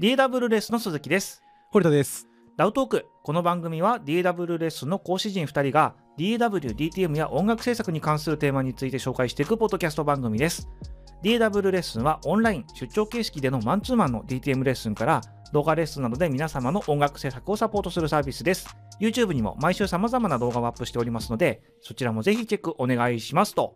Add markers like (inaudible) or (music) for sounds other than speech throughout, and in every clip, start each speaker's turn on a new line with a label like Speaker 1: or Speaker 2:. Speaker 1: DW レッスンの鈴木です
Speaker 2: 堀田です。
Speaker 1: ダウトークこの番組は DW レッスンの講師陣2人が DW、DTM や音楽制作に関するテーマについて紹介していくポッドキャスト番組です DW レッスンはオンライン出張形式でのマンツーマンの DTM レッスンから動画レッスンなどで皆様の音楽制作をサポートするサービスです YouTube にも毎週様々な動画をアップしておりますのでそちらもぜひチェックお願いしますと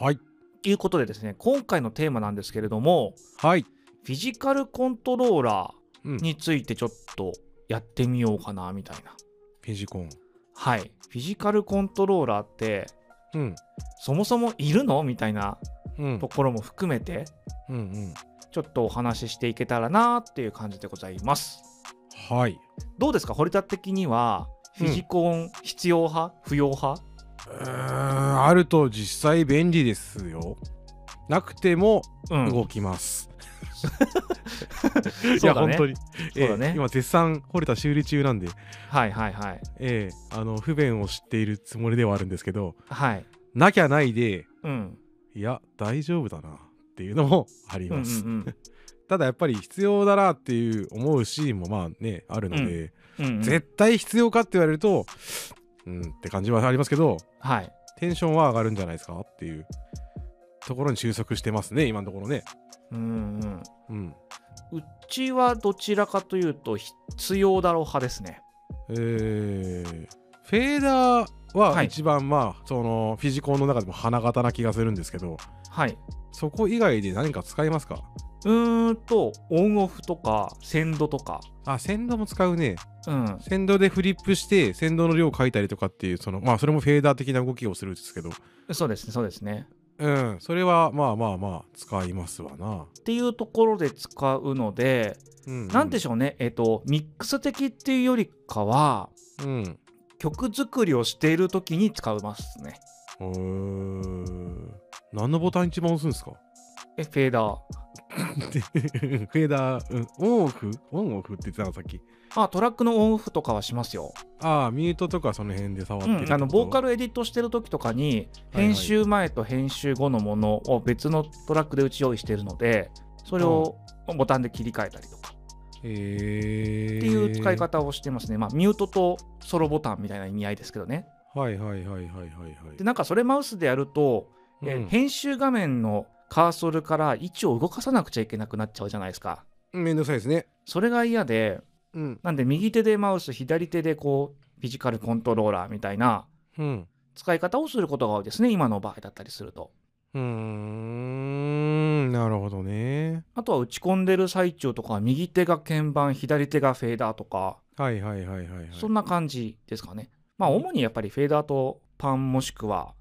Speaker 2: はい。
Speaker 1: いうことでですね今回のテーマなんですけれども
Speaker 2: はい。
Speaker 1: フィジカルコントローラ
Speaker 2: うん
Speaker 1: ーについてちょっとやってみようかなみたいな、
Speaker 2: ペジコン。
Speaker 1: はいフィジカルコントローラーって
Speaker 2: うん。
Speaker 1: そもそもいるのみたいな
Speaker 2: うん
Speaker 1: と。ころも含めて
Speaker 2: うんうん。
Speaker 1: ちょっとお話ししていけたらなっていう感じでございます
Speaker 2: はい。
Speaker 1: どうですか堀田的にはフィジコン必要派、不要派
Speaker 2: うーん。あると実際便利ですよ。なくても
Speaker 1: うん
Speaker 2: 動
Speaker 1: (laughs)
Speaker 2: きます。い
Speaker 1: そ
Speaker 2: や、
Speaker 1: うだ
Speaker 2: 本
Speaker 1: ね
Speaker 2: 当に。え
Speaker 1: そうだね
Speaker 2: え今絶賛掘れた修理中なんで、
Speaker 1: はいはいはい
Speaker 2: ええあの不便を知っているつもりではあるんですけど、
Speaker 1: はい
Speaker 2: なきゃないで、
Speaker 1: うん
Speaker 2: いや大丈夫だなっていうのもあり
Speaker 1: うんうんう
Speaker 2: ます。
Speaker 1: ん
Speaker 2: ただやっぱり必要だなっていう思うシーンもまあねあるので。
Speaker 1: うんうん
Speaker 2: (laughs)
Speaker 1: うん
Speaker 2: 絶対必要かって言われるとうんって感じはありますけど
Speaker 1: はい
Speaker 2: テンションは上がるんじゃないですかっていうところに収束してますね今のところね
Speaker 1: うんうん
Speaker 2: うん
Speaker 1: うちはどちらかというと必要だろう派ですね。
Speaker 2: えー、フェーダーは
Speaker 1: はい
Speaker 2: 一番まあ、そのフィジコンの中でも花形な気がするんですけど
Speaker 1: はい。
Speaker 2: そこ以外で何か使いますか
Speaker 1: うーんとオンオフとか鮮度とか。
Speaker 2: あ先導も使うね
Speaker 1: うん。
Speaker 2: 先導でフリップして先導の量を書いたりとかっていうそのまあそれもフェーダー的な動きをするんですけど
Speaker 1: そうですね、そうですね。
Speaker 2: うんそれはまあまあまあ使いますわな、
Speaker 1: っていうところで使うので、
Speaker 2: うん
Speaker 1: なんでし
Speaker 2: ょ
Speaker 1: ょうね、えっと、ミックス的っていうよりかは、
Speaker 2: う、うん、
Speaker 1: 曲作りをしているときに使いますね。
Speaker 2: へー何のボタン一番押すんですか
Speaker 1: え、フェーダー。
Speaker 2: (laughs) フェーダー、うんオンオフオンオフって言ってたのさっき。
Speaker 1: あ、トラックのオンオフとかはしますよ。
Speaker 2: ああ、ミュートとかその辺で触って
Speaker 1: う
Speaker 2: るってこと、
Speaker 1: ん、あのボーカ
Speaker 2: ル。
Speaker 1: ルエディットしてる時とかに
Speaker 2: はいはい
Speaker 1: 編集前と編集後のものを別のトラックで打ち用意してるのでそれをボタンで切り替えたりとか
Speaker 2: へー
Speaker 1: っていう使い。方をしてますね、まあ、ミュートとソロボタンみたいな意味合いですけどね
Speaker 2: はいはいはいはいはいはい。
Speaker 1: でなんかそれマウスでやると、えー編集画面のカーソルから位置を動かさなくちゃいけなくなっちゃうじゃないですか
Speaker 2: うん、めんどくさいですね。
Speaker 1: それが嫌で
Speaker 2: うん。
Speaker 1: なんで右手でマウス左手でこうフィジカルコントローラーみたいな
Speaker 2: うん。
Speaker 1: 使い方をすることが多いですね今の場合だったりすると。
Speaker 2: うーん、なるほどね。
Speaker 1: あとは打ち込んでる最中とかは右手が鍵盤左手がフェーダーとか、
Speaker 2: はいはいはいはいはい。
Speaker 1: そんな感じですかねまあ主にやっぱりフェーダーとパンもしくは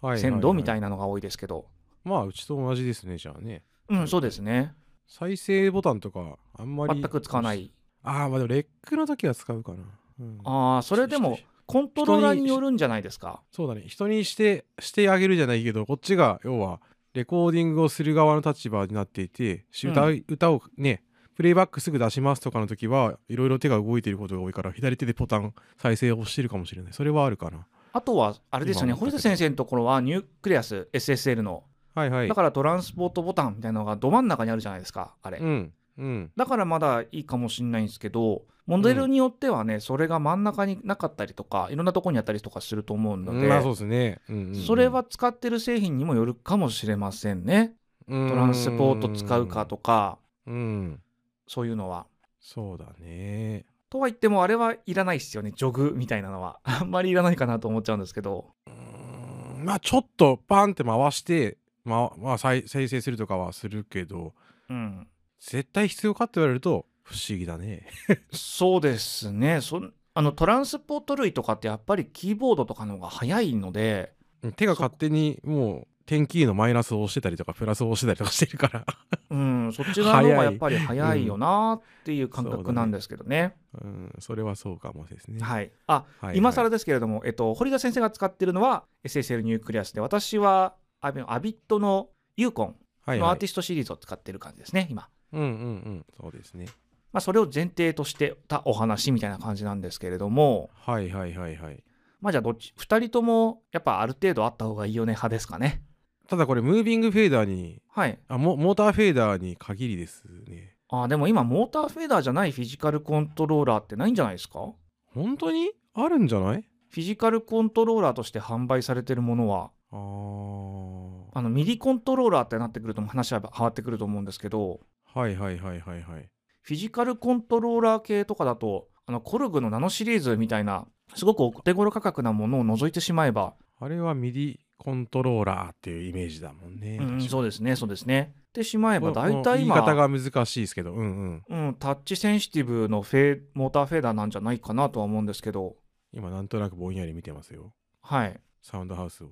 Speaker 2: はいはいはい
Speaker 1: 鮮度みたいなのが多いですけど、
Speaker 2: まあ、うちと同じですね、じゃあね。
Speaker 1: うんそうですね
Speaker 2: 再生ボタンとか、あんまり。
Speaker 1: 全く使わな。い
Speaker 2: ああ、まあでも、レックの時は使うかな。うん、
Speaker 1: ああそれでもコントローラーによるんじゃないですか
Speaker 2: そうだね人にしてしてあげるじゃないけどこっちが要はレコーディングをする側の立場になっていてし歌,、
Speaker 1: う
Speaker 2: 歌をねプレイバックすぐ出しますとかの時はいろいろ手が動いていることが多いから左手でボタン再生を押してるかもしれないそれはあるかな
Speaker 1: あとはあれですよね
Speaker 2: 今
Speaker 1: 堀
Speaker 2: 思ったけど
Speaker 1: 田先生のところはニュークレアス SSL の
Speaker 2: はいはい
Speaker 1: だからトランスポートボタンみたいなのがど真ん中にあるじゃないですかあれ、
Speaker 2: うんうん
Speaker 1: だからまだいいかもしれないんですけどモデルによってはね、それが真ん中になかったりとかいろんなとこにあったりとかすると思うので、
Speaker 2: まあそうですね、うんうんうん
Speaker 1: それは使ってる製品にもよるかもしれませんね
Speaker 2: ト
Speaker 1: トランスポート使うかとか
Speaker 2: うん
Speaker 1: そういうのは。
Speaker 2: そうだね
Speaker 1: とは言ってもあれはいらないですよねジョグみたいなのは (laughs) あんまりいらないかなと思っちゃうんですけど
Speaker 2: うんまあちょっとパンって回して、まあ、まあ再再生するとかはするけど
Speaker 1: うん
Speaker 2: 絶対必要かって言われると不思議だね (laughs)
Speaker 1: そうですねそんあのトランスポート類とかってやっぱりキーボードとかの方が早いので
Speaker 2: 手が勝手にもう点キーのマイナスを押してたりとかプラスを押してたりとかしてるから (laughs)
Speaker 1: うんそっち側の方が
Speaker 2: 早い
Speaker 1: やっぱり早いよなっていう感
Speaker 2: うん
Speaker 1: 覚
Speaker 2: そうだね
Speaker 1: なんですけどね。
Speaker 2: うんそれはそうかもですね、
Speaker 1: はい、あ、
Speaker 2: はい
Speaker 1: 今更ですけれども、えっと、堀田先生が使ってるのは SSL ニュークリアスで私はアビアビットのユーコン
Speaker 2: はい
Speaker 1: の
Speaker 2: は
Speaker 1: ア
Speaker 2: い
Speaker 1: ーティストシリーズを使ってる感じですね今、
Speaker 2: うんうんうんそうですね
Speaker 1: まあ、それを前提としてたお話みたいな感じなんですけれども
Speaker 2: はいはいはいはい
Speaker 1: まあじゃあどっち2人ともやっぱある程度あった方がいいよね派ですかね
Speaker 2: ただこれムービングフェーダーに
Speaker 1: はい
Speaker 2: あモモーターフェーダーに限りですね
Speaker 1: あーでも今モーターフェーダーじゃないフィジカルコントローラーってないんじゃないですか
Speaker 2: 本当にあるんじゃない
Speaker 1: フィジカルコントローラーとして販売されてるものは
Speaker 2: あー
Speaker 1: あのミディコントローラーってなってくると話は変わってくると思うんですけど
Speaker 2: はいはいはいはいはい
Speaker 1: フィジカルコントローラー系とかだとあのコルグのナノシリーズみたいなすごくお手頃価格なものを除いてしまえば、
Speaker 2: あれはミディコントローラーっていうイメージだもんね、
Speaker 1: うん
Speaker 2: 確か
Speaker 1: そうですねそうですねってしまえば
Speaker 2: この
Speaker 1: 大体今
Speaker 2: 言い方が難しいですけどうんうん
Speaker 1: うん、タッチセンシティブのフェモーターフェーダーなんじゃないかなとは思うんですけど
Speaker 2: 今なんとなくぼんやり見てますよ
Speaker 1: はい
Speaker 2: サウンドハウスを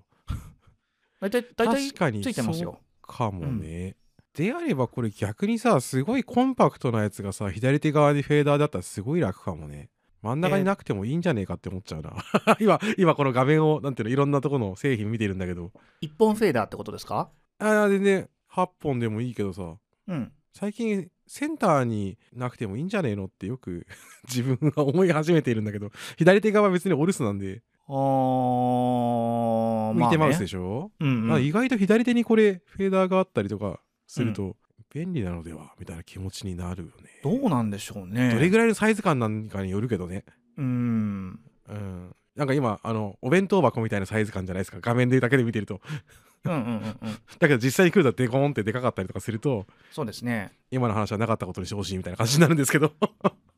Speaker 1: 大体大体
Speaker 2: 確かに
Speaker 1: ついてますよ
Speaker 2: そうかもね、であればこれ逆にさすごいコンパクトなやつがさ左手側にフェーダーだったらすごい楽かもね真ん中になくてもいいんじゃねえかって思っちゃうな、 (laughs) 今今この画面をなんていうのいろんなとこの製品見てるんだけど
Speaker 1: 一本フェーダーってことですか
Speaker 2: あー全然8本でもいいけどさ
Speaker 1: うん
Speaker 2: 最近センターになくてもいいんじゃねえのってよく (laughs) 自分が思い始めているんだけど左手側は別にオルスなんで
Speaker 1: あー
Speaker 2: 浮いて
Speaker 1: ま
Speaker 2: マウス
Speaker 1: あ
Speaker 2: で
Speaker 1: ね
Speaker 2: しょ、
Speaker 1: うん
Speaker 2: ま
Speaker 1: う
Speaker 2: あ
Speaker 1: ん、
Speaker 2: 意外と左手にこれフェーダーがあったりとかすると便利なのではみたいな気持ちになるよね、
Speaker 1: どうなんでしょうね
Speaker 2: どれぐらいのサイズ感なんかによるけどね
Speaker 1: うん
Speaker 2: うんなんか今あのお弁当箱みたいなサイズ感じゃないですか画面でだけで見てると
Speaker 1: うんうんうんうん
Speaker 2: だけど実際に来るとデコーンってでかかったりとかすると
Speaker 1: そうですね
Speaker 2: 今の話はなかったことにしてほしいみたいな感じになるんですけ
Speaker 1: (laughs)
Speaker 2: ど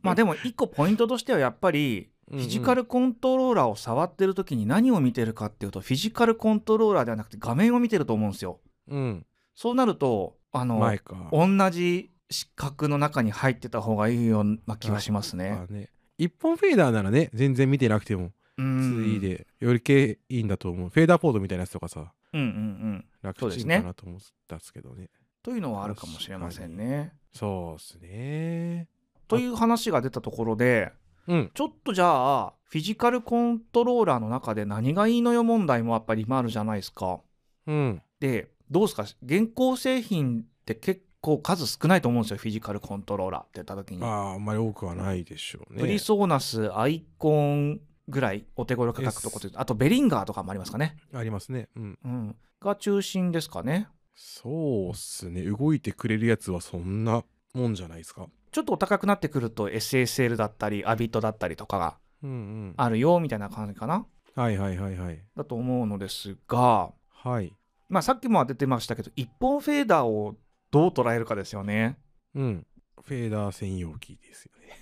Speaker 1: まあでも一個ポイントとしてはやっぱり
Speaker 2: フ
Speaker 1: フィジカルコントローラーを触ってる時に何を見てるかっていうとフィジカルコントローラーではなくて画面を見てると思うんですよ
Speaker 2: うん
Speaker 1: そうなるとあの
Speaker 2: 前か
Speaker 1: 同じ四角の中に入ってた方がいいような気がしますね。
Speaker 2: あね一本フェーダーならね全然見てなくても
Speaker 1: うん、
Speaker 2: 2E でより系いいんだと思うフェーダーポードみたいなやつとかさ
Speaker 1: うんうんうん。
Speaker 2: 楽
Speaker 1: そうで
Speaker 2: ち
Speaker 1: す
Speaker 2: ん
Speaker 1: ね
Speaker 2: かなと思ったんですけどね
Speaker 1: というのはあるかもしれませんね。
Speaker 2: そうっすね
Speaker 1: という話が出たところで
Speaker 2: うん
Speaker 1: ちょっとじゃあフィジカルコントローラーの中で何がいいのよ問題もやっぱり今あるじゃないですか。
Speaker 2: うん
Speaker 1: でどうですか現行製品って結構数少ないと思うんですよフィジカルコントローラーって言った時に。
Speaker 2: まああんまり多くはないでしょうね
Speaker 1: プリソーナスアイコンぐらいお手頃価格とことあとベリンガーとかもありますかね。
Speaker 2: ありますねうん
Speaker 1: うん、が中心ですかね。
Speaker 2: そうっすね動いてくれるやつはそんなもんじゃないですか
Speaker 1: ちょっとお高くなってくると SSL だったりアビットだったりとかが
Speaker 2: うんうん
Speaker 1: あるよみたいな感じかな
Speaker 2: はいはいはいはい
Speaker 1: だと思うのですが、
Speaker 2: はい
Speaker 1: まあ、さっきも出てましたけど一本フェーダーをどう捉えるかですよね。
Speaker 2: うんフェーダー専用機ですよね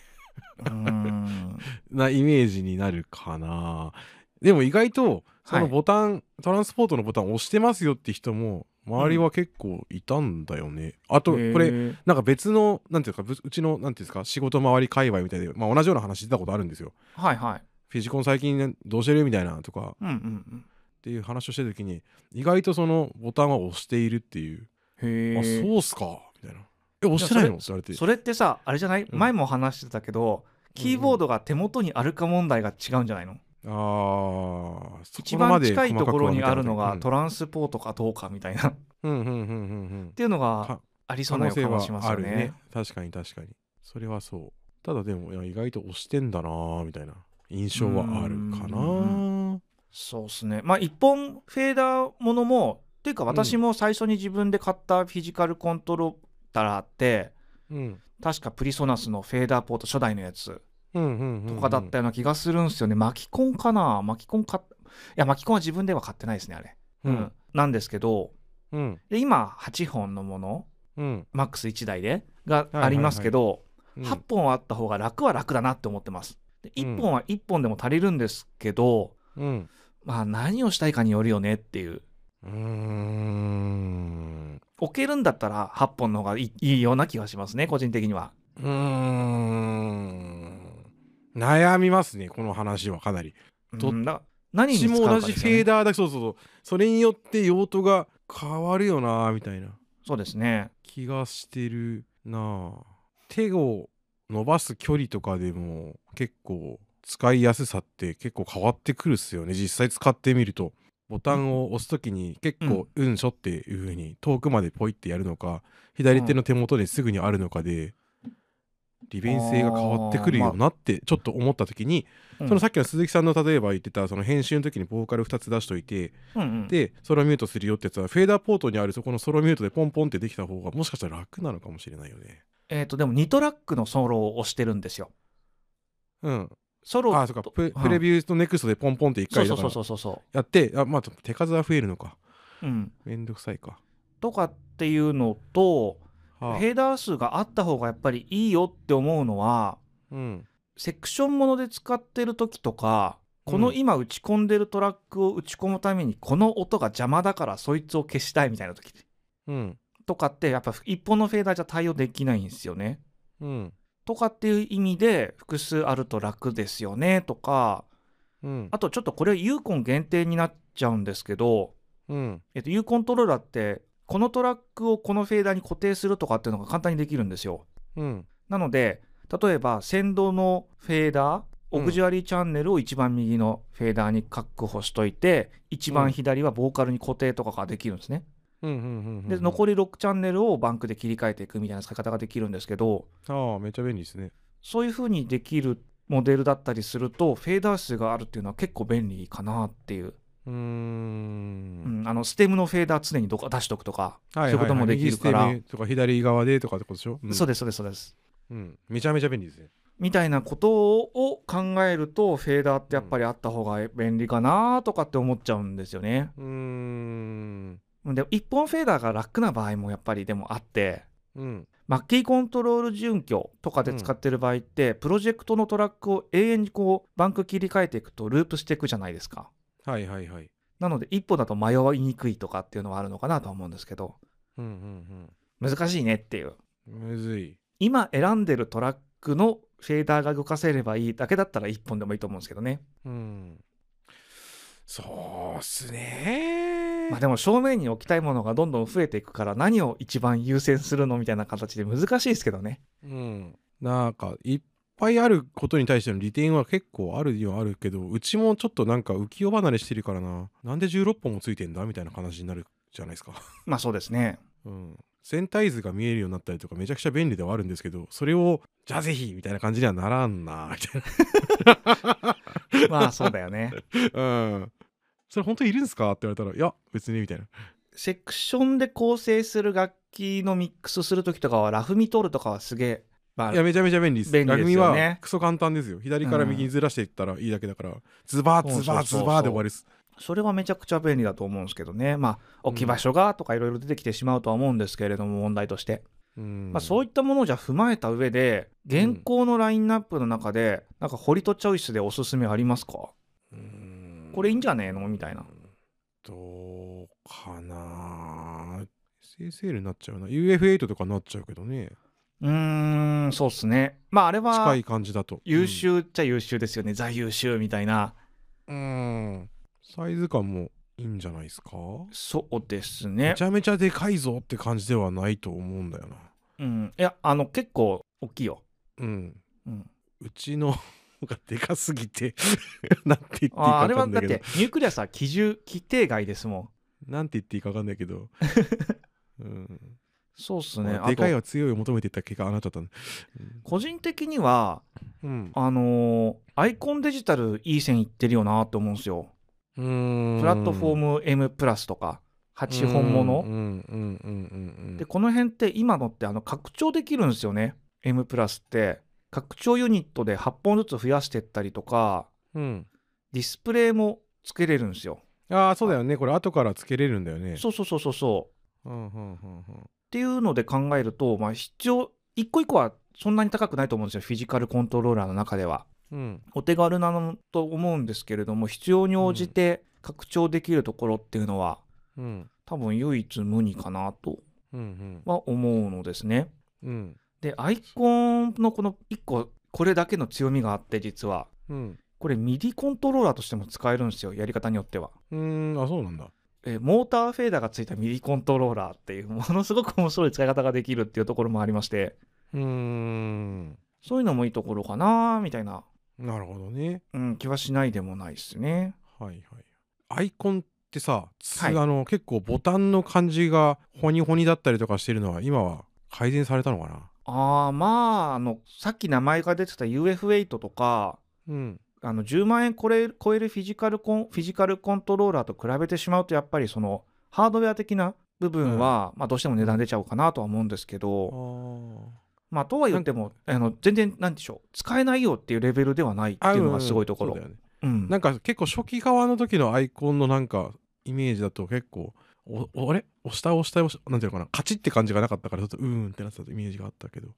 Speaker 1: うーん
Speaker 2: なイメージになるかなでも意外とそのボタン、トランスポートのボタン押してますよって人も周りは結構いたんだよね、あとこ
Speaker 1: へー
Speaker 2: れなんか別のなんていうかぶうちのなんていうんですか仕事周り界隈みたいで、まあ、同じような話出たことあるんですよ
Speaker 1: はいはい。
Speaker 2: フィジコン最近、ね、どうしてるみたいなとか
Speaker 1: うんうん
Speaker 2: っていう話をしてる時に意外とそのボタンは押しているっていう、
Speaker 1: うん、へ
Speaker 2: あ
Speaker 1: え
Speaker 2: そうっすかみたいなえ押してないのって言われて
Speaker 1: それってさあれじゃない、
Speaker 2: うん
Speaker 1: 前も話してたけどキーボードが手元にあるか問題が違うんじゃないの
Speaker 2: あーそ
Speaker 1: 一
Speaker 2: こま
Speaker 1: 番
Speaker 2: で
Speaker 1: 近い
Speaker 2: 細
Speaker 1: と
Speaker 2: か
Speaker 1: こ
Speaker 2: く
Speaker 1: ろ
Speaker 2: は見
Speaker 1: に
Speaker 2: てな
Speaker 1: あ
Speaker 2: かった
Speaker 1: るのが
Speaker 2: うん
Speaker 1: トランスポートかどうかみたいなっ
Speaker 2: うんうんうんうんうん
Speaker 1: ていうのが
Speaker 2: か
Speaker 1: ありそ
Speaker 2: 可
Speaker 1: うな
Speaker 2: 能
Speaker 1: 予
Speaker 2: 性
Speaker 1: 感
Speaker 2: は
Speaker 1: はします
Speaker 2: あ
Speaker 1: よ
Speaker 2: る
Speaker 1: ね。
Speaker 2: ね確かに確かにそれはそうただでもいや意外と押してんだなーみたいな印象はあるかなー
Speaker 1: そうですねまあ一本フェーダーものもっていうか私も最初に自分で買ったフィジカルコントローラーって
Speaker 2: うん
Speaker 1: 確かプリソナスのフェーダーポート初代のやつ
Speaker 2: うんうん
Speaker 1: とかだったような気がするんですよね、マキコンかなマキコン買っいやマキコンは自分では買ってないですねあれ、
Speaker 2: うん
Speaker 1: うんなんですけど
Speaker 2: うん
Speaker 1: で今8本のもの
Speaker 2: うん
Speaker 1: マックス1台でが
Speaker 2: いはいはい
Speaker 1: ありますけど、
Speaker 2: うん
Speaker 1: 8本はあった方が楽は楽だなって思ってますで
Speaker 2: うん
Speaker 1: 1本は1本でも足りるんですけど、
Speaker 2: うん
Speaker 1: まあ何をしたいかによるよねっていう
Speaker 2: うーん
Speaker 1: 置けるんだったら8本の方がいいいいような気がしますね個人的には
Speaker 2: うーん悩みますねこの話はかなりど
Speaker 1: うんだ何に
Speaker 2: 私
Speaker 1: 使う
Speaker 2: も
Speaker 1: か
Speaker 2: 同
Speaker 1: です
Speaker 2: じ
Speaker 1: よ
Speaker 2: フ
Speaker 1: ね
Speaker 2: ェーダーだそうそうそうそれによって用途が変わるよなーみたいな
Speaker 1: そうですね
Speaker 2: 気がしてるなあ手を伸ばす距離とかでも結構使いやすさって結構変わってくるっすよね実際使ってみるとボタンを押す時に結構「うんしょ」っていう風に遠くまでポイってやるのか左手の手元ですぐにあるのかで利便性が変わってくるよなってちょっと思った時に
Speaker 1: うん
Speaker 2: そのさっきの鈴木さんの例えば言ってたその編集の時にボーカル2つ出しといて
Speaker 1: うんうん
Speaker 2: でソロミュートするよってやつはフェーダーポートにあるそこのソロミュートでポンポンってできた方がもしかしたら楽なのかもしれないよね。
Speaker 1: えっ、と、でも2トラックのソロを押してるんですよ。
Speaker 2: うん。
Speaker 1: ソロ
Speaker 2: あ、そうか、ププレ
Speaker 1: ュー
Speaker 2: ビューとネクストでポンポンって一
Speaker 1: そう
Speaker 2: 回
Speaker 1: そ
Speaker 2: だ
Speaker 1: う
Speaker 2: か
Speaker 1: そう
Speaker 2: ら
Speaker 1: そうそうそ
Speaker 2: やって、あ、まあ、手数は増えるのか。
Speaker 1: う。うん。
Speaker 2: めんどくさいか。
Speaker 1: とかっていうのと、
Speaker 2: はあ
Speaker 1: ヘダー数があった方がやっぱりいいよって思うのは、
Speaker 2: うん。
Speaker 1: セクションもので使ってる時とか、この
Speaker 2: うん
Speaker 1: 今打ち込んでるトラックを打ち込むためにこの音が邪魔だからそいつを消したいみたいな時
Speaker 2: うん。
Speaker 1: とかってやっぱ一本のフェーダーじゃ対応できないんですよね。
Speaker 2: うん。
Speaker 1: とかっていう意味で複数あると楽ですよねとか
Speaker 2: うん。
Speaker 1: あとちょっとこれユーコン限定になっちゃうんですけど、
Speaker 2: うん。
Speaker 1: えっと、U コントローラーってこのトラックをこのフェーダーに固定するとかっていうのが簡単にできるんですよ。
Speaker 2: うん。
Speaker 1: なので例えば先導のフェーダーオ
Speaker 2: うん
Speaker 1: グジュアリーチャンネルを一番右のフェーダーに確保しといて一
Speaker 2: うん
Speaker 1: 番左はボーカルに固定とかができるんですね。
Speaker 2: うん。うん。
Speaker 1: で残り6チャンネルをバンクで切り替えていくみたいな使い方ができるんですけど
Speaker 2: ああ、めっちゃ便利ですね。
Speaker 1: そういう風にできるモデルだったりするとフェーダー数があるっていうのは結構便利かなっていう、
Speaker 2: うー。
Speaker 1: うんんあのステムのフェーダー常にどこ出しとくとか、そ
Speaker 2: は
Speaker 1: ういうこともできるから
Speaker 2: 右ステムとか左側でとかってことでしょ、
Speaker 1: そう
Speaker 2: で
Speaker 1: ですそうですそうです
Speaker 2: す、うん。めちゃめちゃ便利ですね。
Speaker 1: みたいなことを考えるとフェーダーってやっぱりあった方が便利かなとかって思っちゃうんですよね。
Speaker 2: うーん。
Speaker 1: で一本フェーダーが楽な場合もやっぱりでもあって
Speaker 2: うん。
Speaker 1: マッキーコントロール準拠とかで使ってる場合って、プロジェクトのトラックを永遠にこうバンク切り替えていくとループしていくじゃないですか。
Speaker 2: はいはいはい。
Speaker 1: なので一歩だと迷いにくいとかっていうのはあるのかなとは思うんですけど
Speaker 2: うんうん
Speaker 1: 難しいねっていう
Speaker 2: うん。むずい。
Speaker 1: 今選んでるトラックのフェーダーが動かせればいいだけだったら一本でもいいと思うんですけどね。
Speaker 2: うん。そうっすね
Speaker 1: まあでも正面に置きたいものがどんどん増えていくから何を一番優先するのみたいな形で難しいですけどね。
Speaker 2: うん。なんか、いっぱいあることに対しての利点は結構あるにはあるけど、うちもちょっとなんか浮世離れしてるからな。なんで16本もついてんだみたいな話になるじゃないですか。
Speaker 1: まあそうですね。
Speaker 2: うん。全体図が見えるようになったりとかめちゃくちゃ便利ではあるんですけどそれをじゃあぜひみたいな感じにはならんなみたい
Speaker 1: (laughs) まあそうだよね。
Speaker 2: なうんそれ本当にいるんすかって言われたらいや別にみたいな
Speaker 1: セクションで構成する楽器のミックスする時とかはラフミトールとかはすげえ、まあ
Speaker 2: いやめちゃめちゃ便利です。
Speaker 1: 便利ですよね
Speaker 2: 楽器はクソ簡単ですよ。左から右にずらしていったらいいだけだから、ズバーズバーズ
Speaker 1: そうそうそうそう
Speaker 2: バーで終わりです。
Speaker 1: それはめちゃくちゃ便利だと思うんですけどね。まあ置き場所がとかいろいろ出てきてしまうとは思うんですけれども問題として。
Speaker 2: うん
Speaker 1: まあ、そういったものをじゃあ踏まえた上で現行のラインナップの中でなんかホリとチョイスでおすすめありますか
Speaker 2: うん
Speaker 1: これいいんじゃねえのみたいな。
Speaker 2: どうかな SSL になっちゃうな。UF8 とかなっちゃうけどね。
Speaker 1: うーんそうっすねまああれ
Speaker 2: 近
Speaker 1: はい
Speaker 2: 感じだと。
Speaker 1: 優秀っちゃ優秀ですよね、ザ優秀みたいな
Speaker 2: うん。うんサイズ感もいいんじゃないですか
Speaker 1: そうです
Speaker 2: め
Speaker 1: ね
Speaker 2: ちゃめちゃでかいぞって感じではないと思うんだよな。
Speaker 1: うんいやあの結構大きいよ、
Speaker 2: うん。
Speaker 1: うん、
Speaker 2: うちのがでかすぎて (laughs) なんて言っていいか
Speaker 1: ああ
Speaker 2: わ
Speaker 1: れ
Speaker 2: か
Speaker 1: は
Speaker 2: ん
Speaker 1: だ
Speaker 2: な
Speaker 1: っ
Speaker 2: いけど
Speaker 1: て。ニュークリアスは基準規定外ですもん
Speaker 2: なんて言っていいか分かんない
Speaker 1: (laughs)
Speaker 2: けど。うん、
Speaker 1: そうっすね
Speaker 2: まあ
Speaker 1: あ
Speaker 2: で
Speaker 1: と
Speaker 2: かいは強いを求めていった結果ああなっちゃったね。
Speaker 1: 個人的には
Speaker 2: うん。
Speaker 1: あのーアイコンデジタルいい線いってるよなと思うんですよプ
Speaker 2: プ
Speaker 1: ラットフォーム M プラスとか8本物
Speaker 2: うんうんうんうんうん。
Speaker 1: でこの辺って今のってあの拡張できるんですよね M プラスって拡張ユニットで8本ずつ増やしてったりとか
Speaker 2: うん、
Speaker 1: ディスプレイもつけれるんですよ
Speaker 2: ああそうだよねこれ後からつけれるんだよね。
Speaker 1: そうそうそうそうそう
Speaker 2: うんうんうんうん
Speaker 1: っていうので考えるとまあ必要一個一個はそんなに高くないと思うんですよフィジカルコントローラーの中では
Speaker 2: うん
Speaker 1: お手軽なのと思うんですけれども必要に応じて拡張できるところっていうのは
Speaker 2: うん
Speaker 1: 多分唯一無二かなと
Speaker 2: うん
Speaker 1: は思うのですね
Speaker 2: うん
Speaker 1: でアイコンのこの1個これだけの強みがあって実は
Speaker 2: うん
Speaker 1: これミディコントローラーとしても使えるんですよやり方によっては、
Speaker 2: うんあそうなんだ。
Speaker 1: えーモーターフェーダーがついたミディコントローラーっていう (laughs) ものすごく面白い使い方ができるっていうところもありまして
Speaker 2: うーん
Speaker 1: そういうのもいいところかなみたいな、
Speaker 2: なるほどね。
Speaker 1: うん、気はしないでもないですね
Speaker 2: はいはい。アイコンってさ、つ
Speaker 1: はい
Speaker 2: あの結構ボタンの感じがホニホニだったりとかしてるのは今は改善されたのかな
Speaker 1: あーまああのさっき名前が出てた UF8 とか
Speaker 2: うん
Speaker 1: あの10万円これ超えるフィジカルコンフィジカルコントローラーと比べてしまうとやっぱりそのハードウェア的な部分は、まあ、どうしても値段出ちゃうかなとは思うんですけど、
Speaker 2: あ
Speaker 1: まあ、とは言ってもあの全然なんでしょう使えないよっていうレベルではないっていうのがすごいところ
Speaker 2: そうだ。よね
Speaker 1: うん
Speaker 2: なんか結構初期側の時のアイコンのなんかイメージだと結構おおあれ押した押した押したなんていうのかなカチって感じがなかったからちょっとうーんってなってたイメージがあったけど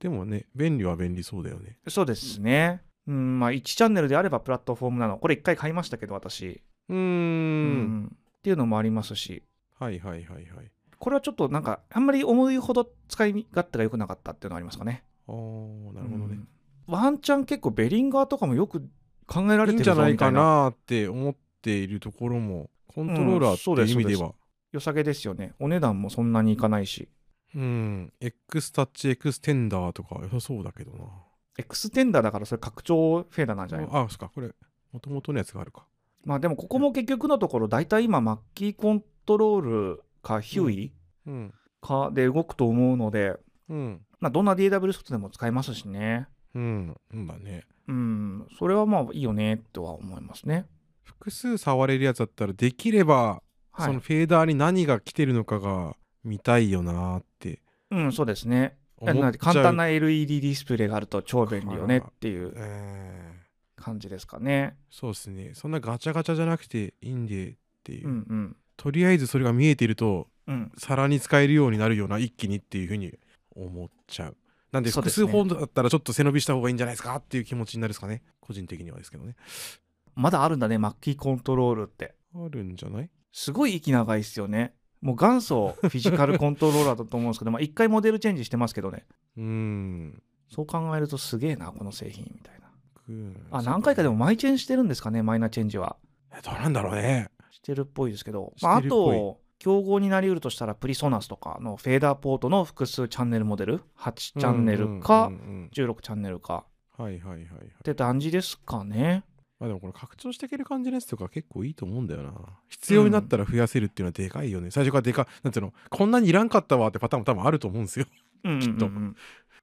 Speaker 2: でもね便利は便利そうだよね
Speaker 1: そうですね。うん、まあ、1チャンネルであればプラットフォームなの。これ1回買いましたけど、私。
Speaker 2: うー
Speaker 1: うんっていうのもありますし、
Speaker 2: はいはいはいはい
Speaker 1: これはちょっとなんか、あんまり思うほど使い勝手が良くなかったっていうのはありますかね。
Speaker 2: あーなるほど
Speaker 1: う
Speaker 2: ね、
Speaker 1: んワンチャン結構ベリンガーとかもよく考えられて
Speaker 2: いいん
Speaker 1: る
Speaker 2: じ
Speaker 1: ぞ
Speaker 2: ゃ
Speaker 1: みた
Speaker 2: ないいか
Speaker 1: な
Speaker 2: なって思っているところもコントローラ
Speaker 1: うんそう
Speaker 2: ーっ
Speaker 1: で
Speaker 2: て
Speaker 1: す
Speaker 2: いう意味では
Speaker 1: 良さげですよね。お値段もそんなにいかないし。
Speaker 2: うん X タッチエクステンダーとか良さそうだけどな
Speaker 1: エクステンダーだからそれ拡張フェーダーなんじゃないの
Speaker 2: あそっかこれもともとのやつがあるか
Speaker 1: まあでもここも結局のところ、大体今、マッキーコントロールかヒュイ
Speaker 2: うん
Speaker 1: かで動くと思うので、
Speaker 2: うん
Speaker 1: まあ、どんな DW ソフトでも使えますしね。
Speaker 2: うんそうだね
Speaker 1: うん、それはまあいいよねとは思いますね。
Speaker 2: 複数触れるやつだったらできれば、
Speaker 1: はい、
Speaker 2: そのフェーダーに何が来てるのかが見たいよなーって
Speaker 1: うん、そうですね。
Speaker 2: 思っちゃ
Speaker 1: な
Speaker 2: う
Speaker 1: ので簡単な LED ディスプレイがあると超便利よねっていう
Speaker 2: えー
Speaker 1: 感じですかね。
Speaker 2: そうですねそんなガチャガチャじゃなくていいんでっていう、
Speaker 1: うんうん。
Speaker 2: とりあえずそれが見えてると
Speaker 1: うん、
Speaker 2: さらに使えるようになるような一気にっていうふうに思っちゃうなんで
Speaker 1: そうで
Speaker 2: 複
Speaker 1: すね
Speaker 2: 数本だったらちょっと背伸びした方がいいんじゃないですかっていう気持ちになるんですかね個人的にはですけどね
Speaker 1: まだあるんだね、マッキーコントロールって。
Speaker 2: あるんじゃない
Speaker 1: すごい息長いですよね。もう元祖フィジカルコントローラーだと思うんですけど、 (laughs) まあ一回モデルチェンジしてますけどね。
Speaker 2: うーん
Speaker 1: そう考えるとすげえな、この製品みたいな。
Speaker 2: グー
Speaker 1: あ、何回かでもマイチェンしてるんですかね、マイナーチェンジは。
Speaker 2: えどうなんだろうね
Speaker 1: してるっぽいですけど、
Speaker 2: して
Speaker 1: まあ、あ
Speaker 2: るっぽい
Speaker 1: と競合になりうるとしたらプリソナスとかのフェーダーポートの複数チャンネルモデル8チャンネルか
Speaker 2: うんうんうん
Speaker 1: 16チャンネルか
Speaker 2: うんはいはいはいはい
Speaker 1: って感じですかね
Speaker 2: まあでもこれ拡張していける感じのやつとか結構いいと思うんだよな。必要になったら増やせるっていうのはでかいよね。最初からでかなんていうの、こんなにいらんかったわってパターンも多分あると思うんですよ。 (laughs)
Speaker 1: き
Speaker 2: きっと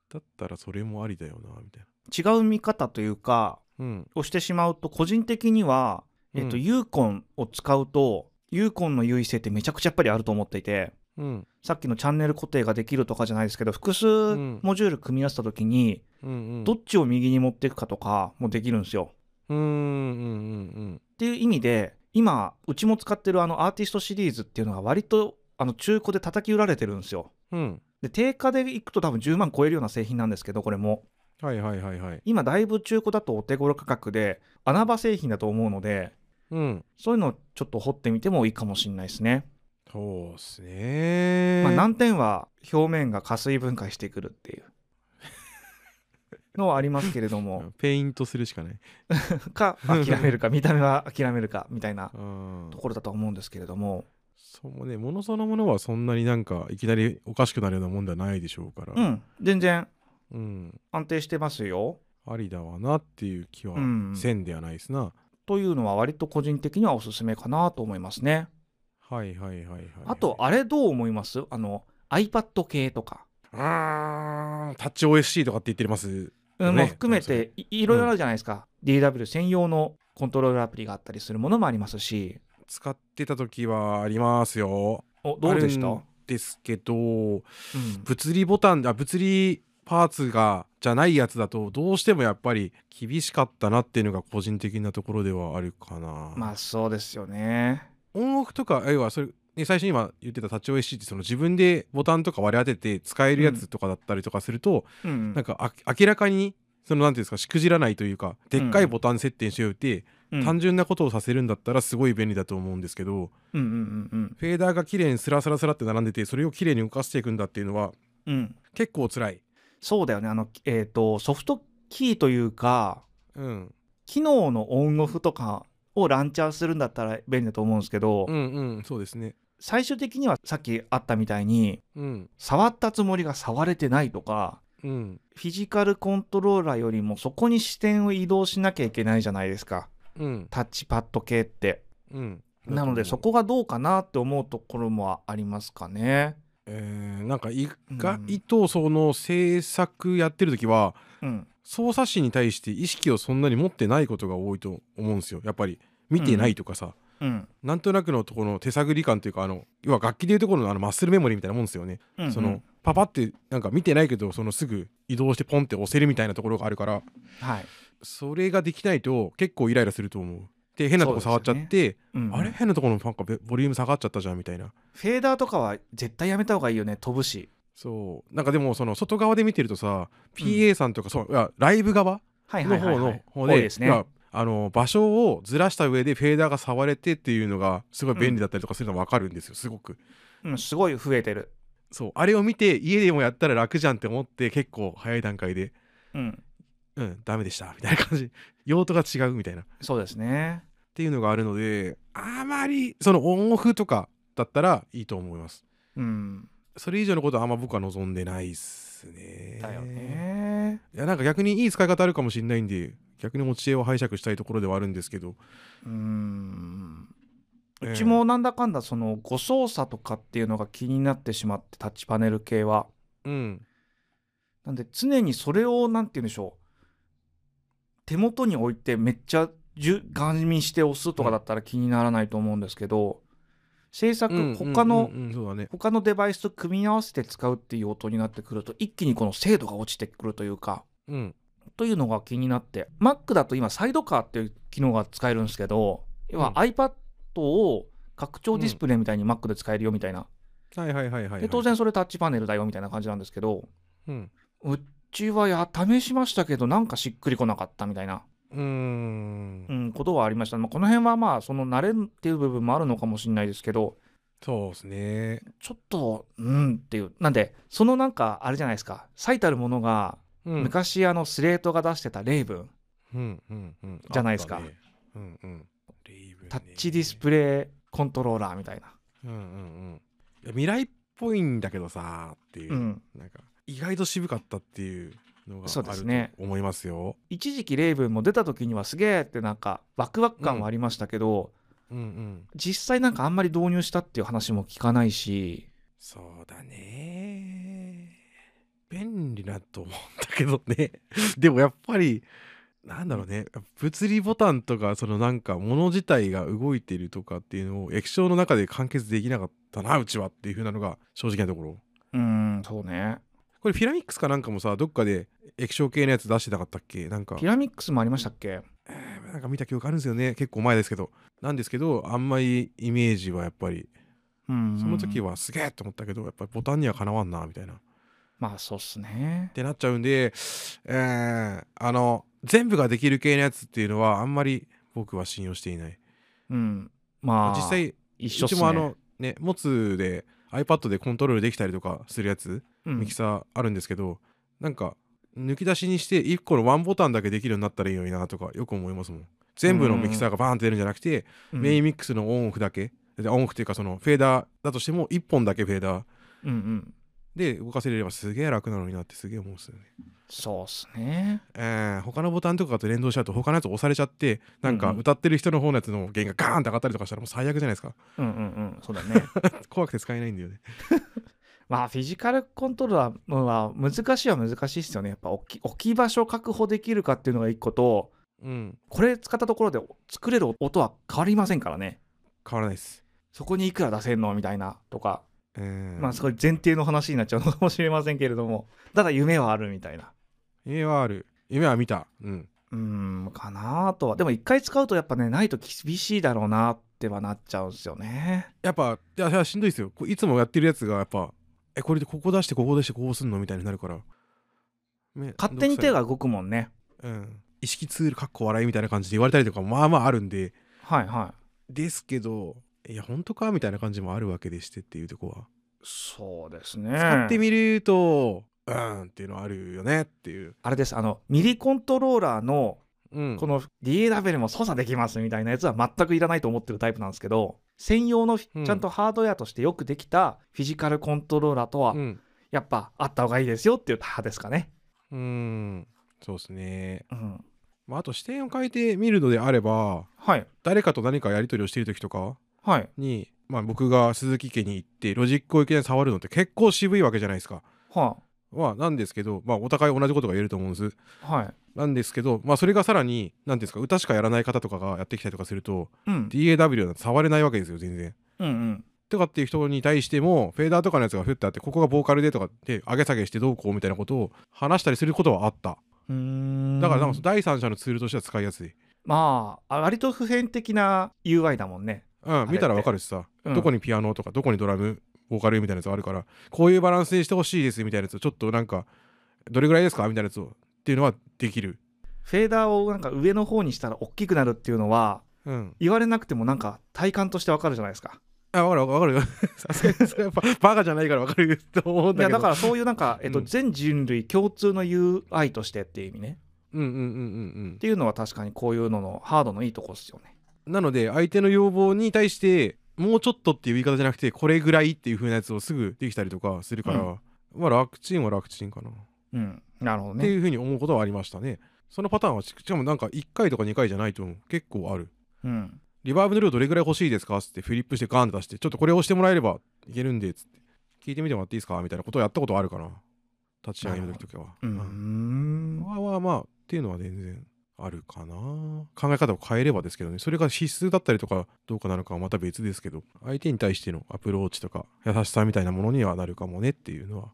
Speaker 2: だったらそれもありだよな、みたいな。
Speaker 1: 違う見方というか
Speaker 2: うん。
Speaker 1: をしてしまうと個人的には、えっと
Speaker 2: うん
Speaker 1: ユーコンを使うとユーコンの優位性ってめちゃくちゃやっぱりあると思っていて
Speaker 2: うん。
Speaker 1: さっきのチャンネル固定ができるとかじゃないですけど複数
Speaker 2: ん
Speaker 1: モジュール組み合わせた時に
Speaker 2: うんうん。
Speaker 1: どっちを右に持っていくかとかもできるんですよ。
Speaker 2: うんうんうん
Speaker 1: っていう意味で今うちも使ってるあのアーティストシリーズっていうのが割とあの中古で叩き売られてるんですよ
Speaker 2: うん。うん。
Speaker 1: で定価でいくと多分10万超えるような製品なんですけどこれも
Speaker 2: はいはいはいはい。
Speaker 1: 今だいぶ中古だとお手頃価格で穴場製品だと思うので
Speaker 2: うん。
Speaker 1: そういうのをちょっと掘ってみてもいいかもしれないですね、
Speaker 2: そうっすね
Speaker 1: まあ、難点は表面が加水分解してくるっていうのはありますけれども
Speaker 2: ペイントするしかない。
Speaker 1: か諦めるか見た目は諦めるかみたいな
Speaker 2: うん
Speaker 1: と。ころだと思うんですけれども
Speaker 2: そうね、ものそのものはそんなになんかいきなりおかしくなるようなもんではないでしょうから。
Speaker 1: うん全然
Speaker 2: うん。
Speaker 1: 安定してますよ
Speaker 2: ありだわなっていう気は
Speaker 1: うん
Speaker 2: せんではないですな。
Speaker 1: というのは割と個人的にはおすすめかなと思いますね。
Speaker 2: はいはいはいはい、はい。
Speaker 1: あと、あれどう思いますあの iPad 系とか、
Speaker 2: うーん、タッチ OSC とかって言ってます。
Speaker 1: うん
Speaker 2: ね
Speaker 1: も含めていいろいろあるじゃないですか、DW 専用のコントロールアプリがあったりするものもありますし
Speaker 2: 使ってた時はありますよ。
Speaker 1: おどうでした
Speaker 2: あるんですけど、
Speaker 1: うん
Speaker 2: 物理ボタン、あ、物理パーツが、じゃないやつだと、どうしてもやっぱり厳しかったなっていうのが個人的なところではあるかな。
Speaker 1: まあそうですよね
Speaker 2: オンオフとか、要はそれ、ね、最初に今言ってたタッチ OSC ってその自分でボタンとか割り当てて使えるやつとかだったりとかすると、
Speaker 1: うん
Speaker 2: なんかあ明らかにそのなんていうんですかしくじらないというかでっかいボタン設定しようって、
Speaker 1: うん
Speaker 2: 単純なことをさせるんだったらすごい便利だと思うんですけど、
Speaker 1: うんうんうん
Speaker 2: フェーダーが綺麗にスラスラスラって並んでてそれを綺麗に動かしていくんだっていうのは
Speaker 1: うんうん
Speaker 2: 結構辛い。
Speaker 1: そうだよねあの、えー、とソフトキーというか
Speaker 2: うん、
Speaker 1: 機能のオンオフとかをランチャーするんだったら便利だと思うんですけど、
Speaker 2: うんうんそうですね。
Speaker 1: 最終的にはさっきあったみたいに
Speaker 2: うん
Speaker 1: 触ったつもりが触れてないとか
Speaker 2: うん
Speaker 1: フィジカルコントローラーよりもそこに視点を移動しなきゃいけないじゃないですか
Speaker 2: うん
Speaker 1: タッチパッド系って
Speaker 2: うん。
Speaker 1: なのでそこがどうかなって思うところもありますかね
Speaker 2: えーなんか意
Speaker 1: うん
Speaker 2: 外とその制作やってる時は
Speaker 1: うん
Speaker 2: 操作士に対して意識をそんなに持ってないことが多いと思うんですよやっぱり見てないとかさ、
Speaker 1: うん
Speaker 2: なんとなくのところの手探り感というかあの要は楽器でいうところのあのマッスルメモリーみたいなもんですよね、
Speaker 1: うん
Speaker 2: そのパパってなんか見てないけどそのすぐ移動してポンって押せるみたいなところがあるから
Speaker 1: はい
Speaker 2: それができないと結構イライラすると思う。で変なとこ触っちゃって、
Speaker 1: うん
Speaker 2: あれ変なところのなんかボボリューム下がっちゃったじゃんみたいな
Speaker 1: フェーダーとかは絶対やめた方がいいよね飛ぶし
Speaker 2: そうなんかでもその外側で見てるとさ PA さんとか、そういやライブ側
Speaker 1: はいは
Speaker 2: の
Speaker 1: いはい、
Speaker 2: 方
Speaker 1: は
Speaker 2: の
Speaker 1: い、
Speaker 2: 方
Speaker 1: 多い
Speaker 2: で
Speaker 1: ですね
Speaker 2: まああの場所をずらした上でフェーダーが触れてっていうのがすごい便利だったりとかするの分かるんですよすごく
Speaker 1: うん、すごい増えてる
Speaker 2: そうあれを見て家でもやったら楽じゃんって思って結構早い段階で
Speaker 1: うん
Speaker 2: うんダメでしたみたいな感じ (laughs) 用途が違うみたいなっ
Speaker 1: そうですね
Speaker 2: ていうのがあるのであまりそのオンオフとかだったらいいと思います
Speaker 1: うん
Speaker 2: それ以上のことはあんま僕は望んでないっすね
Speaker 1: だよね
Speaker 2: いやなんか逆にいい使い方あるかもしれないんで逆に持ち家を拝借したいところではあるんですけど
Speaker 1: うん
Speaker 2: ええ
Speaker 1: うちもなんだかんだその誤操作とかっていうのが気になってしまってタッチパネル系は
Speaker 2: うん
Speaker 1: なんで常にそれをなんて言うんでしょう手元に置いてめっちゃじゅガン見して押すとかだったら気にならないと思うんですけど、制作他の、
Speaker 2: うんうんうんそうだね
Speaker 1: 他のデバイスと組み合わせて使うっていう音になってくると一気にこの精度が落ちてくるというか
Speaker 2: うん
Speaker 1: というのが気になって Mac だと今サイドカーっていう機能が使えるんですけど要は
Speaker 2: うん
Speaker 1: iPad を拡張ディスプレイみたいに Mac で使えるよみたいな、
Speaker 2: はいはいはいはい、はい、
Speaker 1: で当然それタッチパネルだよみたいな感じなんですけど
Speaker 2: うん
Speaker 1: うちはや試しましたけどなんかしっくりこなかったみたいな、
Speaker 2: うーん
Speaker 1: うん、ことはありました、まあ、この辺はまあその慣れっていう部分もあるのかもしれないですけど
Speaker 2: そうですね
Speaker 1: ちょっとうんっていうなんでそのなんかあれじゃないですか最たるものが
Speaker 2: うん
Speaker 1: 昔あのスレートが出してたレイブン
Speaker 2: うんうんうん
Speaker 1: じゃないですか
Speaker 2: あったねうんうんレイブね
Speaker 1: タッチディスプレイコントローラーみたいな、
Speaker 2: うんうんうんいや未来っぽいんだけどさっていう、
Speaker 1: うん、
Speaker 2: なんか意外と渋かったっていうのが
Speaker 1: そう
Speaker 2: あ
Speaker 1: です
Speaker 2: る
Speaker 1: ね
Speaker 2: と思いますよ
Speaker 1: 一時期レイブンも出た時にはすげえってなんかワクワク感はありましたけど、
Speaker 2: うんうん
Speaker 1: 実際なんかあんまり導入したっていう話も聞かないし
Speaker 2: そうだね便利だと思うんだけどね (laughs) でもやっぱりなんだろうね物理ボタンとかそのなんか物自体が動いてるとかっていうのを液晶の中で完結できなかったなうちはっていう風なのが正直なところ
Speaker 1: うーんそうね
Speaker 2: これフィラミックスかなんかもさどっかで液晶系のやつ出してなかったっけなんか
Speaker 1: ピラミックスもありましたっけ
Speaker 2: なんか見た記憶あるんですよね結構前ですけどなんですけどあんまりイメージはやっぱり
Speaker 1: うん
Speaker 2: その時はすげえと思ったけどやっぱりボタンにはかなわんなみたいな
Speaker 1: まあそうっすね
Speaker 2: ってなっちゃうんで、えーあの全部ができる系のやつっていうのはあんまり僕は信用していない
Speaker 1: うんまあ
Speaker 2: 実際
Speaker 1: 一緒
Speaker 2: う
Speaker 1: っす
Speaker 2: ち
Speaker 1: ね
Speaker 2: もあのね持つで iPad でコントロールできたりとかするやつ、
Speaker 1: うん
Speaker 2: ミキサーあるんですけどなんか抜き出しにして1個のワンボタンだけできるようになったらいいのになとかよく思いますもん全部のミキサーがバーンって出るんじゃなくて、
Speaker 1: うん
Speaker 2: メインミックスのオンオフだけでオンオフっていうかそのフェーダーだとしても1本だけフェーダー
Speaker 1: うんうん
Speaker 2: で動かせれればすげえ楽なのになってすげえ思うんですよね
Speaker 1: そうっすね
Speaker 2: えー他のボタンとかと連動しちゃうと他のやつ押されちゃってなん
Speaker 1: う
Speaker 2: か
Speaker 1: んうん
Speaker 2: 歌ってる人の方のやつの弦がガーンって上がったりとかしたらもう最悪じゃないですか
Speaker 1: うんうんうんそうだね
Speaker 2: 怖くて使えないんだよね
Speaker 1: まあフィジカルコントローラーは難しいは難しいっすよねやっぱ置き置き場所確保できるかっていうのが一個と
Speaker 2: うん
Speaker 1: これ使ったところで作れる音は変わりませんからね
Speaker 2: 変わらないです、
Speaker 1: そこにいくら出せんのみたいなとか、
Speaker 2: えー
Speaker 1: まあすごい前提の話になっちゃうのかもしれませんけれどもただ夢はあるみたいな
Speaker 2: 夢はある夢は見たうん
Speaker 1: うーんかなとはでも一回使うとやっぱねないと厳しいだろうなってはなっちゃうんですよね
Speaker 2: やっぱいやいやしんどいですよこういつもやってるやつがやっぱえこれでここ出してここ出してこうすんのみたいになるから、ね
Speaker 1: 勝手に手、
Speaker 2: ど
Speaker 1: が動くもんね
Speaker 2: くさいうん、意識ツールかっこ笑いみたいな感じで言われたりとかもまあまああるんで
Speaker 1: はいはい
Speaker 2: ですけどいや本当かみたいな感じもあるわけでしてっていうとこは
Speaker 1: そうですね
Speaker 2: 使ってみると、うんっていうのあるよねっていう。
Speaker 1: あれですあのミリコントローラーの
Speaker 2: うん
Speaker 1: この DAW も操作できますみたいなやつは全くいらないと思ってるタイプなんですけど専用のち
Speaker 2: うん
Speaker 1: ゃんとハードウェアとしてよくできたフィジカルコントローラーとは
Speaker 2: うん、
Speaker 1: やっぱあった方がいいですよっていう派ですかね。
Speaker 2: うん、そうですね。
Speaker 1: うん、
Speaker 2: まあ、あと視点を変えてみるのであれば、
Speaker 1: はい
Speaker 2: 誰かと何かやり取りをしている時とか
Speaker 1: はい
Speaker 2: に、まあ、僕が鈴木家に行ってロジックをいきなり触るのって結構渋いわけじゃないですか。
Speaker 1: は
Speaker 2: まあ、なんですけど、まあ、お互い同じことが言えると思うんです。
Speaker 1: あはい。
Speaker 2: なんですけど、まあ、それがさらに、なんていうんですか、歌しかやらない方とかがやってきたりとかすると、
Speaker 1: うん
Speaker 2: DAW なんて触れないわけですよ、全然。
Speaker 1: うんうん
Speaker 2: とかっていう人に対してもフェーダーとかのやつがふってあってここがボーカルでとかって上げ下げしてどうこうみたいなことを話したりすることはあった
Speaker 1: うーん
Speaker 2: だからなんかその第三者のツールとしては使いやすい、
Speaker 1: まああ割と普遍的な UI だもんね
Speaker 2: うん、見たらわかるしさ、
Speaker 1: うん
Speaker 2: どこにピアノとかどこにドラムボーカルみたいなやつがあるからこういうバランスにしてほしいですみたいなやつをちょっとなんかどれぐらいですかみたいなやつをっていうのはできる、
Speaker 1: フェーダーをなんか上の方にしたら大きくなるっていうのは
Speaker 2: うん、
Speaker 1: 言われなくてもなんか体感としてわかるじゃないですか
Speaker 2: あわかるわかるわかる (laughs) さすがにそれはやっぱバカじゃないからわかると思うん
Speaker 1: い
Speaker 2: だ
Speaker 1: や
Speaker 2: けど
Speaker 1: だからそういうなんか、えっと、
Speaker 2: うん
Speaker 1: 全人類共通の UI としてっていう意味ね
Speaker 2: うんうんうんうん
Speaker 1: っていうのは確かにこういうののハードのいいとこっすよね
Speaker 2: うんなので相手の要望に対してもうちょっとっていう言い方じゃなくてこれぐらいっていう風なやつをすぐできたりとかするから、
Speaker 1: う
Speaker 2: まあ楽ちんは楽ちんかな、
Speaker 1: うんなるほど
Speaker 2: って
Speaker 1: ね
Speaker 2: いう風に思うことはありましたねそのパターンはししかもなんか1回とか2回じゃないと思う結構ある
Speaker 1: うん
Speaker 2: リバーブの量どれぐらい欲しいですかつってフリップしてガーンって出してちょっとこれを押してもらえればいけるんでつって聞いてみてもらっていいですかみたいなことをやったことはあるかな立ち上げの時とかは
Speaker 1: う
Speaker 2: うん
Speaker 1: ん
Speaker 2: まあまあまあっていうのは全然あるかな考え方を変えればですけどねそれが必須だったりとかどうかなのかはまた別ですけど相手に対してのアプローチとか優しさみたいなものにはなるかもねっていうのは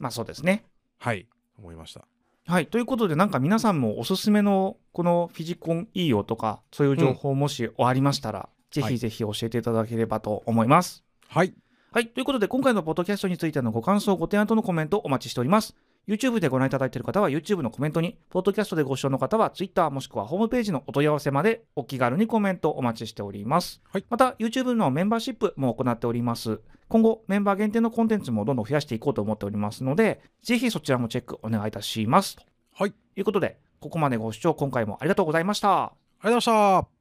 Speaker 1: まあそうですね
Speaker 2: はい思いました
Speaker 1: はいということでなんか皆さんもおすすめのこのフィジコン EO とかそういう情報もしありましたら、ぜひぜひ教えていただければと思います、
Speaker 2: はい
Speaker 1: はい。ということで、今回のポッドキャストについてのご感想、ご提案とのコメントをお待ちしております。YouTube でご覧いただいている方は YouTube のコメントに、ポッドキャストでご視聴の方は Twitter もしくはホームページのお問い合わせまでお気軽にコメントお待ちしております。
Speaker 2: はい
Speaker 1: また、YouTube のメンバーシップも行っております。今後、メンバー限定のコンテンツもどんどん増やしていこうと思っておりますので、ぜひそちらもチェックお願いいたします。
Speaker 2: はい
Speaker 1: ということで、ここまでご視聴今回もありがとうございました。
Speaker 2: ありがとうございました